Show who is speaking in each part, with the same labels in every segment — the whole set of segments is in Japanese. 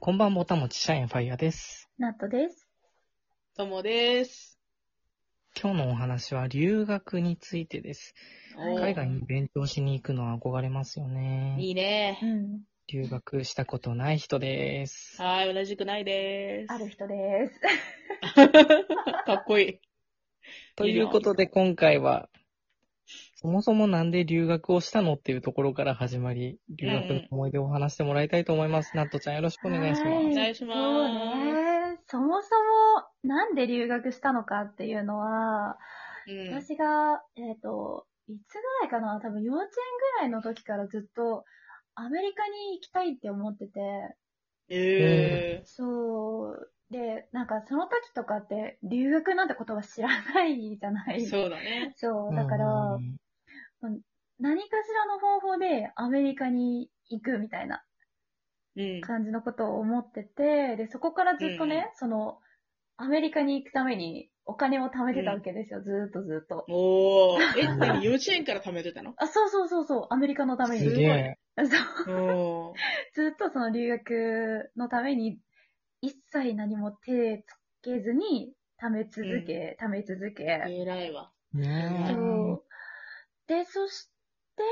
Speaker 1: こんばんもたもち社員ファイヤーです。
Speaker 2: ナットです。
Speaker 3: ともです。
Speaker 1: 今日のお話は留学についてです。
Speaker 3: おー
Speaker 1: 海外に勉強しに行くのは憧れますよね。
Speaker 3: いいね。
Speaker 2: ん。
Speaker 1: 留学したことない人です。
Speaker 3: はーい、同じくないです。
Speaker 2: ある人です。
Speaker 3: かっこいい。
Speaker 1: ということで今回は、そもそもなんで留学をしたのっていうところから始まり、留学の思い出を話してもらいたいと思います。ナットちゃんよろしくお願いし
Speaker 2: は
Speaker 1: ま
Speaker 3: お
Speaker 1: す。
Speaker 3: 願いします
Speaker 2: そうね。そもそも、なんで留学したのかっていうのは、
Speaker 3: うん。
Speaker 2: 私が、えっ、と、いつぐらいかな多分幼稚園ぐらいの時からずっと、アメリカに行きたいって思ってて、
Speaker 3: え
Speaker 2: そう。で、なんかその時とかって、留学なんて言葉知らないじゃな
Speaker 3: ー
Speaker 2: い。
Speaker 3: そうだね。
Speaker 2: そう。だから、
Speaker 1: うん
Speaker 2: 何かしらの方法でアメリカに行くみたいな。
Speaker 3: うん。
Speaker 2: 感じのことを思ってて、で、そこからずっとね、
Speaker 3: うん
Speaker 2: その、アメリカに行くためにお金を貯めてたわけですよ、ずーっとずーっと。
Speaker 3: おー。え、何幼稚園から貯めてたの
Speaker 2: あ、そうそうそうそう、アメリカのために。
Speaker 1: すげえ。
Speaker 2: そう
Speaker 3: おー。
Speaker 2: ずーっとその留学のために、一切何も手つけずに、貯め続け、貯め続け。
Speaker 3: 偉いわ。
Speaker 1: ねえ
Speaker 2: そう。で、そして、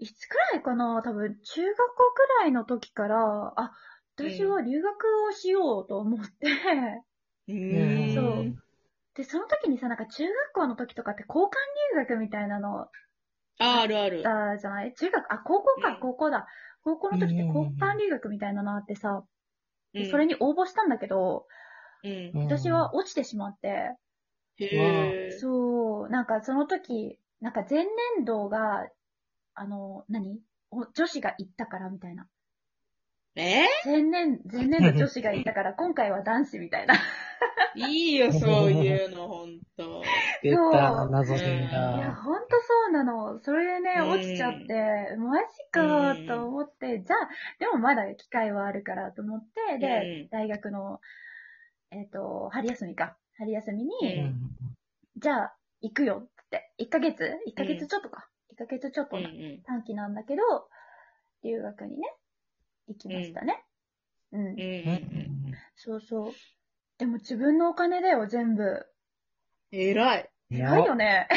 Speaker 2: いつくらいかな多分、中学校くらいの時から、あ、私は留学をしようと思って、
Speaker 3: うーん。
Speaker 2: そうで、その時にさ、なんか中学校の時とかって交換留学みたいなの
Speaker 3: あー、あるある。
Speaker 2: だじゃない中学、あ、高校
Speaker 3: う
Speaker 2: か
Speaker 3: ん、
Speaker 2: 高校だ。高校の時って
Speaker 1: うんうんうん
Speaker 2: 交換留学みたいなのあってさ、
Speaker 3: うん
Speaker 2: それに応募したんだけど、
Speaker 3: うん。
Speaker 1: うん
Speaker 2: 私は落ちてしまって、
Speaker 3: へえ。
Speaker 2: そう、なんかその時、なんか前年度が、あの、何お女子が行ったからみたいな。
Speaker 3: え
Speaker 2: 前年、前年度女子が行ったから、今回は男子みたいな。
Speaker 3: ーいいよ、そういうの、ほんと。
Speaker 1: 出た、
Speaker 2: そう
Speaker 1: 謎人
Speaker 2: いや、
Speaker 1: が。
Speaker 2: ほんとそうなの。それでね、
Speaker 3: うん
Speaker 2: 落ちちゃって、マジかーと思って、じゃあ、でもまだ機会はあるからと思って、
Speaker 3: うん
Speaker 2: で、大学の、えっ、と、春休みか。春休み
Speaker 3: う
Speaker 2: に、
Speaker 3: ん
Speaker 2: じゃあ、行くよって。1ヶ月 ?1 ヶ月ちょっとか。1ヶ月ちょっ
Speaker 3: う
Speaker 2: と
Speaker 3: んう。
Speaker 2: なん短期なんだけど、留学にね、行きましたね。うん
Speaker 3: うんう。
Speaker 1: うんうん
Speaker 3: ん。
Speaker 2: そうそう。でも自分のお金だよ、全部。
Speaker 3: 偉い。
Speaker 1: うん
Speaker 2: 偉いよね。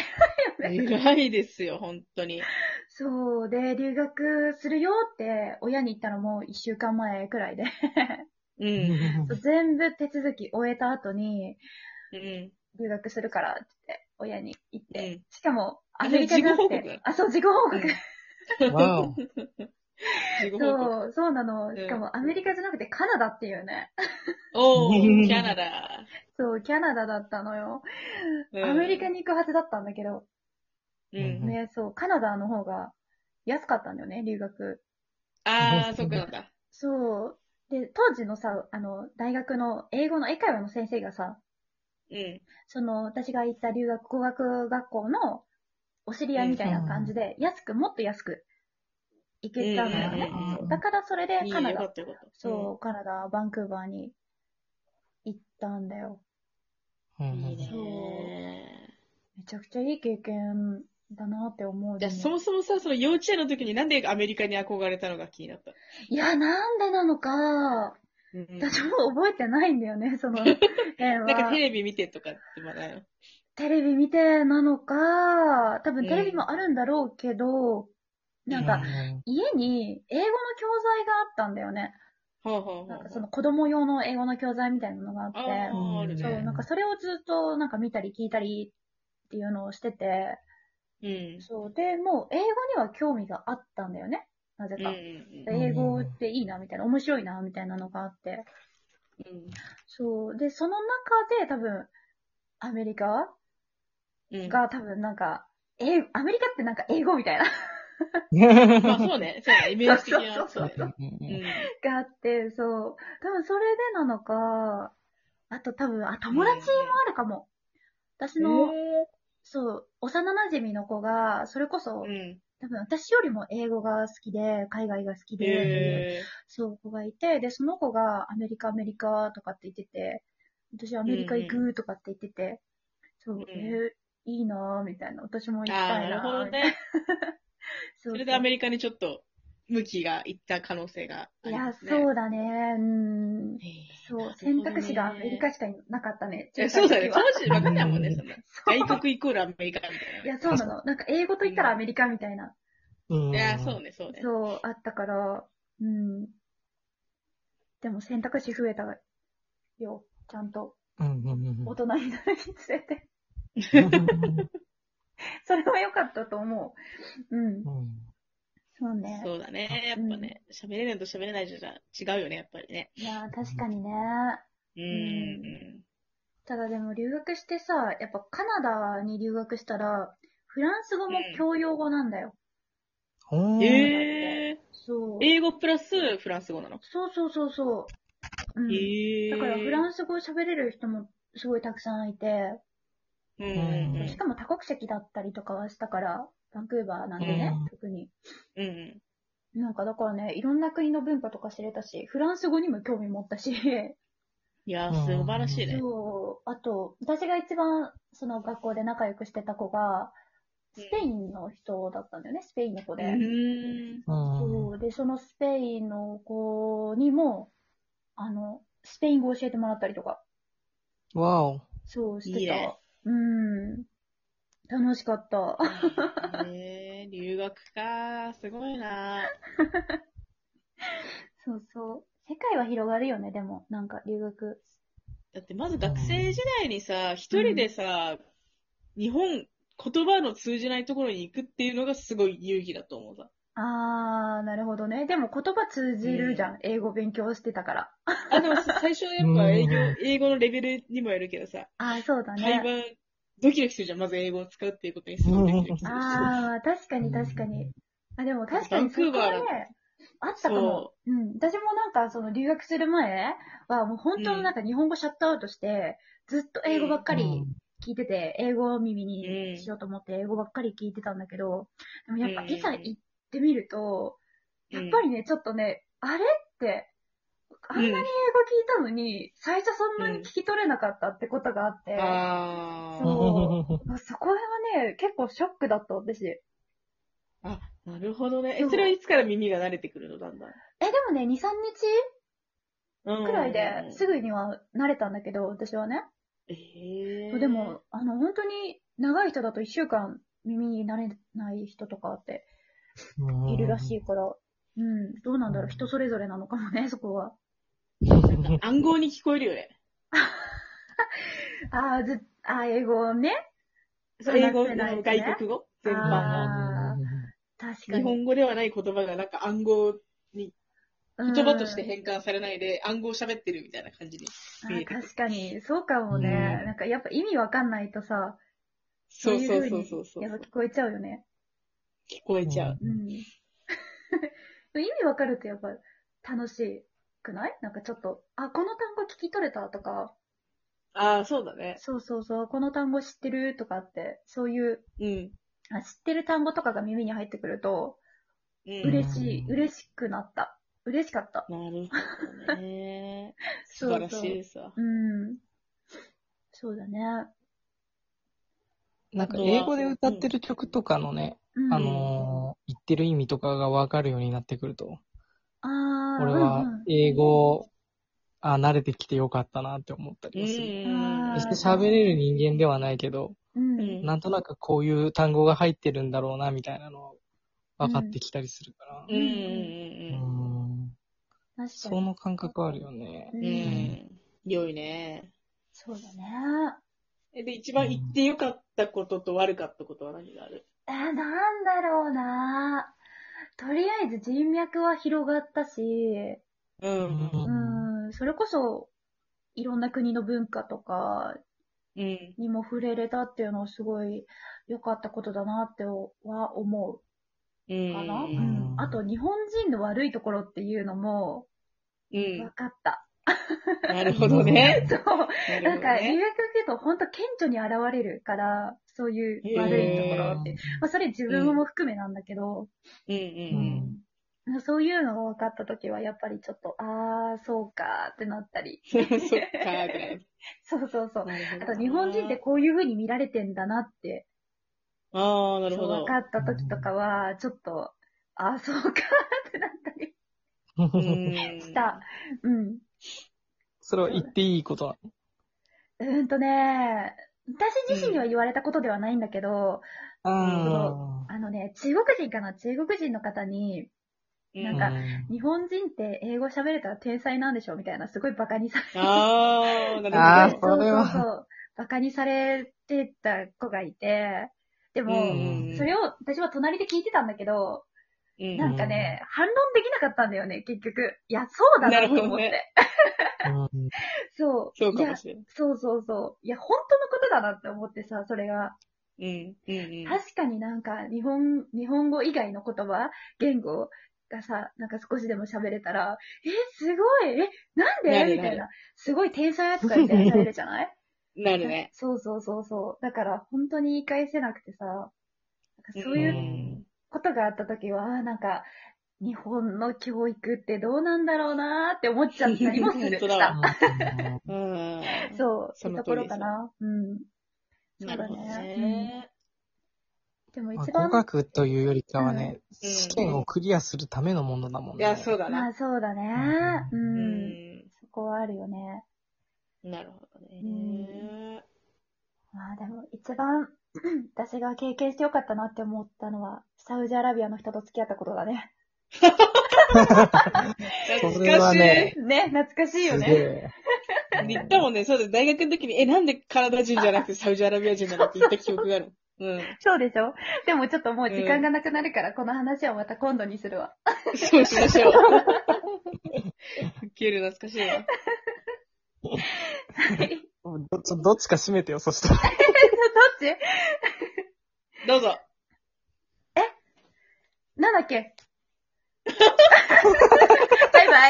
Speaker 3: 偉いですよ、ほんとに。
Speaker 2: そう。で、留学するよって、親に言ったのも一週間前くらいで。
Speaker 1: う
Speaker 3: う。
Speaker 1: んん
Speaker 2: そう全部手続き終えた後に、
Speaker 3: うん。
Speaker 2: 留学するからって言って、親に言っ
Speaker 3: う
Speaker 2: て。
Speaker 3: ん
Speaker 2: しかも、
Speaker 3: あ
Speaker 2: アメリカじゃなく
Speaker 3: 事後報告
Speaker 2: て。あ、そう、事後報告。
Speaker 1: わ お。
Speaker 3: 自己報告
Speaker 2: そう、そうなの。
Speaker 3: ん
Speaker 2: しかも、アメリカじゃなくてカナダっていうね。
Speaker 3: お
Speaker 1: うん
Speaker 3: ー、キャナダ。
Speaker 2: そう、キャナダだったのよ。
Speaker 3: うん
Speaker 2: アメリカに行くはずだったんだけど、
Speaker 3: うん。
Speaker 2: ね、そう、カナダの方が安かったんだよね、留学。
Speaker 3: あー、そっかそっか。
Speaker 2: そう。で、当時のさ、あの、大学の英語の英会話の先生がさ、
Speaker 3: うん。
Speaker 2: その、私が行った留学、語学学校のお知り合いみたいな感じで、安く、もっと安く行けたんだよね
Speaker 1: うんうんうん。
Speaker 2: そうだからそれ
Speaker 3: い
Speaker 2: で
Speaker 3: い
Speaker 2: カナ
Speaker 3: ね、よか
Speaker 2: ダ、
Speaker 3: ったよかった。
Speaker 2: そう、カナダ、バンクーバーに行ったんだよ。
Speaker 1: うん
Speaker 3: うん。いい
Speaker 2: そう
Speaker 3: ね。
Speaker 2: めちゃくちゃいい経験だなって思う、
Speaker 3: じゃあ、そもそもさ、その幼稚園の時になんでアメリカに憧れたのが気になった。
Speaker 2: いや、なんでなのか、
Speaker 3: うん
Speaker 2: 私も覚えてないんだよ ね、その、え
Speaker 3: なんかテレビ見てとかってまだよ。
Speaker 2: テレビ見てなのか、多分テレビもあるんだろうけど、なんか、家に英語の教材があったんだよね。
Speaker 3: ほうほうほう。
Speaker 2: なんかその子供用の英語の教材みたいなのがあって、
Speaker 3: あー、ある
Speaker 2: そう、
Speaker 3: ね。
Speaker 2: なんかそれをずっとなんか見たり聞いたりっていうのをしてて、
Speaker 3: うん。
Speaker 2: そう、で、もう英語には興味があったんだよね。なぜ
Speaker 3: うん
Speaker 2: か。
Speaker 3: うん
Speaker 1: ん
Speaker 2: 英語っていいな、みたいな、面白いな、みたいなのがあって。そう、で、その中で多分、アメリカ
Speaker 3: うん。うん。
Speaker 2: が多分なんか、英アメリカってなんか英語みたいな
Speaker 3: まあそうね。そうね。イメージ的な。
Speaker 2: そうそうそう
Speaker 3: うね
Speaker 2: があって、そう、多分それでなのか、あと多分、あ、
Speaker 3: うん。
Speaker 2: 友達もあるかも。私の
Speaker 3: え
Speaker 2: そう、幼馴染の子が、それこそ、
Speaker 3: ーうん。
Speaker 2: 多分私よりも英語が好きで、海外が好きで、
Speaker 3: え
Speaker 2: そう、子がいて、で、その子がアメリカ、アメリカとかって言ってて、私アメリカ行くとかって言ってて、
Speaker 3: ん
Speaker 2: そう、えーいいなぁ、みたいな。私も行き
Speaker 3: ー。あ
Speaker 2: た
Speaker 3: ー、ないる
Speaker 2: な
Speaker 3: ほど
Speaker 2: ぁ、みたいな。
Speaker 3: ね。
Speaker 2: そ
Speaker 3: そうれでア
Speaker 2: そう
Speaker 3: メリカにちょっと向きがいった可能性があ
Speaker 2: い
Speaker 3: りま
Speaker 2: や、
Speaker 3: すね。
Speaker 2: そうだね。うん。
Speaker 3: へえ
Speaker 2: そう、
Speaker 3: なる
Speaker 2: 選
Speaker 3: ほどね
Speaker 2: 択肢がアメリカしかなかったね。
Speaker 3: いやそうだね。
Speaker 2: 中
Speaker 3: そ
Speaker 2: 学
Speaker 3: の人わかんないも んね。そんな
Speaker 2: 時は
Speaker 3: 外国イコールアメリカみたい
Speaker 2: いや、そうなの。なんか英語と言ったらアメリカみたいな。
Speaker 1: うん。
Speaker 3: な。いや、そうね、そうね。
Speaker 2: そう、あったから、うん。でも選択肢増えたよ。ちゃんと
Speaker 1: うんうんうん
Speaker 2: 大人になるにつれて。
Speaker 1: うん。
Speaker 2: それは良かったと思う。うん。
Speaker 1: うん
Speaker 2: そうね。
Speaker 3: そうだね。やっぱね、喋れないのと喋れないじゃ違うよね、やっぱりね。
Speaker 2: いやー、確かにね。
Speaker 3: うん
Speaker 2: ん。ただでも留学してさ、やっぱカナダに留学したら、フランス語も教養語なんだよ。
Speaker 1: ほー
Speaker 3: へえ
Speaker 2: そう。
Speaker 3: 英語プラスフランス語なの。
Speaker 2: そうそうそうそう。うん。
Speaker 3: へえ
Speaker 2: だからフラ
Speaker 3: ン
Speaker 2: ンス語喋れる人もすごいたくさんいて、
Speaker 3: ス。うんうん
Speaker 2: しかも多国籍だったりとかはしたから、バンクーバーなんでね、
Speaker 1: うん
Speaker 2: 特に。
Speaker 3: うん。うん
Speaker 2: なんかだからね、いろんな国の文化とか知れたし、フランス語にも興味持 ったし、
Speaker 3: いや
Speaker 1: うん
Speaker 3: ー、素晴らしいね。
Speaker 2: そう、あと、私が一番その学校で仲良くしてた子が、スペインの人だったんだよね、スペインの子
Speaker 3: う
Speaker 2: で。
Speaker 1: う
Speaker 3: ん。
Speaker 1: ん
Speaker 2: そう、で、そのスペインの子にも、あの、スペイン語教えてもらったりとか。
Speaker 1: わお。
Speaker 2: そうしてた。
Speaker 3: いいね
Speaker 2: うん。楽しかった。
Speaker 3: ねえ留学か。すごいな。
Speaker 2: そうそう。世界は広がるよね、でも。なんか、留学。
Speaker 3: だってまず学生時代にさ、一人でさ、日本、言葉の通じないところに行くっていうのがすごい勇気だと思うさ。
Speaker 2: あー、なるほどね。でも言葉通じるじゃん。英語勉強してたから。
Speaker 3: あ、でもさ最初はやっぱ英語
Speaker 1: うん、
Speaker 3: 英語のレベルにもやるけどさ、
Speaker 2: あー、そうだ
Speaker 3: 会
Speaker 2: ね。
Speaker 3: 話、ドキドキするじゃん。まず英語を使うっていうことにすごいドキドキするし。
Speaker 2: あー、確かに確かに。あ、でも確かにそこは
Speaker 3: バンクーバ
Speaker 2: ね、あったかも。うん。私もなんか、その、留学する前は、もう本当になんか日本語シャットアウトして、ずっと英語ばっかり聞いてて、英語を耳にしようと思って、英語ばっかり聞いてたんだけど、でもやっぱ
Speaker 3: うん
Speaker 2: いざ行ってみると、
Speaker 3: う
Speaker 2: や
Speaker 3: ん
Speaker 2: っぱりね、ちょっとね、あれって、あんなに英語聞いたのに、最初そんなに聞き取れなかったってことがあって、
Speaker 3: あー
Speaker 2: そそこはね、結構ショックだった、私。え、
Speaker 3: あ、なるほどね。
Speaker 2: そ
Speaker 3: え、
Speaker 2: う
Speaker 3: それはいつから耳が慣れてくるのだんだん。
Speaker 2: でもね、2、3日
Speaker 3: うん
Speaker 2: くらいですぐには慣れたんだけど、私はね。
Speaker 3: えー
Speaker 2: でも、、あの、本当に長い人だと1週間耳に慣れない人とかあって、いるらし
Speaker 1: い。
Speaker 2: いから、うん、どうなんだろう、人それぞれなのかもね、そこは。
Speaker 3: なんか暗号に聞こえるよね。
Speaker 2: あーず、あー英語ね。そう
Speaker 3: 英語、
Speaker 2: 話せないとね
Speaker 3: 外国語全般が。
Speaker 2: あ確か
Speaker 3: 日
Speaker 2: に。
Speaker 3: 本語ではない言葉がなんか暗号、言葉として変換されないで暗号喋ってるみたいな感じに。
Speaker 2: うんあー確かに、そうかもね。
Speaker 1: うん
Speaker 2: なんかやっぱ意味わかんないとさ、
Speaker 3: そう
Speaker 2: い
Speaker 3: そう
Speaker 2: 風
Speaker 3: そ
Speaker 2: に
Speaker 3: うそうそう。
Speaker 2: やっぱ聞こえちゃうよね。
Speaker 3: 聞こえちゃう。
Speaker 2: うん。 でも意味わかるとやっぱ楽しくないなんかちょっと、あ、この単語聞き取れたとか、
Speaker 3: ああ、そうだね。
Speaker 2: そうそうそう、この単語知ってるとかって、そういう、
Speaker 3: うん。
Speaker 2: あ知ってる単語とかが耳に入ってくると、
Speaker 3: うん。
Speaker 2: 嬉しい、
Speaker 1: うん
Speaker 2: 嬉しくなった。嬉しかった。
Speaker 3: なるほど ね。
Speaker 2: そうそ
Speaker 3: 素
Speaker 2: う
Speaker 3: 晴らしいですわ。
Speaker 2: うん。そうだね。
Speaker 1: なんか英語で歌ってる曲とかのね、
Speaker 2: うん、
Speaker 1: あのー、言ってる意味とかがわかるようになってくると、
Speaker 2: あー
Speaker 1: 俺は
Speaker 2: うんうん
Speaker 1: 英語、あ、慣れてきてよかったなって思った
Speaker 3: う
Speaker 1: りもする。
Speaker 3: ん。
Speaker 2: あー
Speaker 1: 決して喋れる人間ではないけど、
Speaker 2: うん
Speaker 3: うん
Speaker 1: なんとなくこういう単語が入ってるんだろうな、みたいなのを分かってきたりするから。
Speaker 3: うんうんうん
Speaker 1: うん
Speaker 2: 確か
Speaker 1: そ
Speaker 2: に。
Speaker 1: の感覚あるよね
Speaker 2: う。
Speaker 3: うんん。うん。良いね。
Speaker 2: そうだね。
Speaker 3: えで、一番言ってよかったことと悪かったことは何がある
Speaker 2: えー、なんだろうな。とりあえず人脈は広がったし、う。
Speaker 3: う
Speaker 2: ん、それこそ、いろんな国の文化とか
Speaker 3: うん。
Speaker 2: にも触れれたっていうのはすごい良かったことだなっては思
Speaker 3: う。
Speaker 2: うかな。うんん。あと、日本人の悪いところっていうのも
Speaker 3: うん
Speaker 2: 分。か った。
Speaker 3: なるほどね。
Speaker 2: そう。
Speaker 3: な
Speaker 2: なん
Speaker 3: るほど
Speaker 2: か、留
Speaker 3: ね。
Speaker 2: 学行くと本当顕著に現れるから、そういう悪いところって。まあ、それ自分も含めなんだけど、
Speaker 3: うんうん
Speaker 2: うんそういうのが分かったときは、やっぱりちょっと、あー、そうかーってなったり。
Speaker 3: うん。 そっかーってなる
Speaker 2: そうそうそう。
Speaker 3: な
Speaker 2: あ
Speaker 3: るほど
Speaker 2: と、日本人ってこういう風に見られてんだなって、
Speaker 3: ああ、なる
Speaker 2: そ
Speaker 3: ほ
Speaker 2: う分
Speaker 3: ど。
Speaker 2: かったときとかは、ちょっと、あー、そうかーってな
Speaker 3: うん
Speaker 2: した。うん。
Speaker 1: それは言っていいことな
Speaker 2: うーんとね、私自身には言われたことではないんだけど、
Speaker 1: の。
Speaker 2: あのね、中国人かな中国人の方に、
Speaker 3: うん
Speaker 2: なんか日本人って英語喋れたら天才なんでしょみたいな、すごいバカにされて。
Speaker 3: あー、
Speaker 1: あ
Speaker 3: な
Speaker 1: ー
Speaker 3: る
Speaker 2: す
Speaker 3: ほ
Speaker 2: ごい
Speaker 1: それは
Speaker 2: そうそうそう。バカにされてた子がいて、で
Speaker 3: ど。
Speaker 2: も、
Speaker 1: うん
Speaker 2: それを私は隣で聞いてたんだけど、
Speaker 3: うん
Speaker 2: なんかね、反論できなかったんだよね、結局。いや、そうだなと思っ
Speaker 3: なるほど
Speaker 2: て。
Speaker 1: うん
Speaker 2: そう。
Speaker 3: そうか
Speaker 2: い
Speaker 3: も
Speaker 2: や
Speaker 3: しれない。
Speaker 2: そうそうそう。いや、本当のことだなって思ってさ、それが。
Speaker 3: うん。うん。
Speaker 2: 確かになんか、日本、日本語以外の言葉、言語がさ、なんか少しでも喋れたら、え、すごいえ、なん
Speaker 3: なるな
Speaker 2: で
Speaker 3: る
Speaker 2: みたいな。すごい天才扱いみたいにされるじゃない
Speaker 3: うん。なるね。
Speaker 2: そうそうそうそう。だから本当に言い返せなくてさ、なんかそうい
Speaker 1: ん
Speaker 2: うことがあった時は、あーなんか、日本の教育ってどうなんだろうなーって思っちゃったりもする。
Speaker 3: 本当だわ
Speaker 1: うん
Speaker 3: うん。
Speaker 2: そう、そ
Speaker 3: そう
Speaker 2: いう
Speaker 3: の
Speaker 2: とこ
Speaker 3: 通り
Speaker 2: ろ
Speaker 3: です
Speaker 2: かな。うん。
Speaker 3: なるほど
Speaker 2: そうだね
Speaker 3: ね。
Speaker 2: でも
Speaker 1: まあ
Speaker 2: 一
Speaker 1: 語
Speaker 2: 番、
Speaker 1: 学というよりかはね、
Speaker 3: うん
Speaker 1: 試験をクリアするためのものだもん
Speaker 3: い
Speaker 1: ね。
Speaker 3: や、そうだ
Speaker 2: ま
Speaker 3: な。
Speaker 2: あそうだね。う。
Speaker 3: うんん。
Speaker 2: そこはあるよね。
Speaker 3: なるほどね。
Speaker 2: うんまあでも一番、 私が経験してよかったなって思ったのは、サウジアラビアの人と付き合ったことだね。
Speaker 1: そ
Speaker 3: 懐
Speaker 1: れ
Speaker 3: か
Speaker 1: は
Speaker 3: しい。
Speaker 1: ね
Speaker 2: ね、懐かしいよ
Speaker 1: すげ
Speaker 2: ね。
Speaker 1: え。
Speaker 3: 言ったもんね、そうです。大学の時に、え、なんでカナダ人じゃなくてサウジアラビア人なのって言った記憶がある。うん。
Speaker 2: そうでしょでもちょっともう時間がなくなるから、この話はまた今度にするわ。
Speaker 3: そうしましょう。ウケる懐かしいわ。
Speaker 1: どちょどっちか閉めてよ、そしたら。
Speaker 2: どっ
Speaker 3: どうぞ。
Speaker 2: ちなんだっけバイバイ。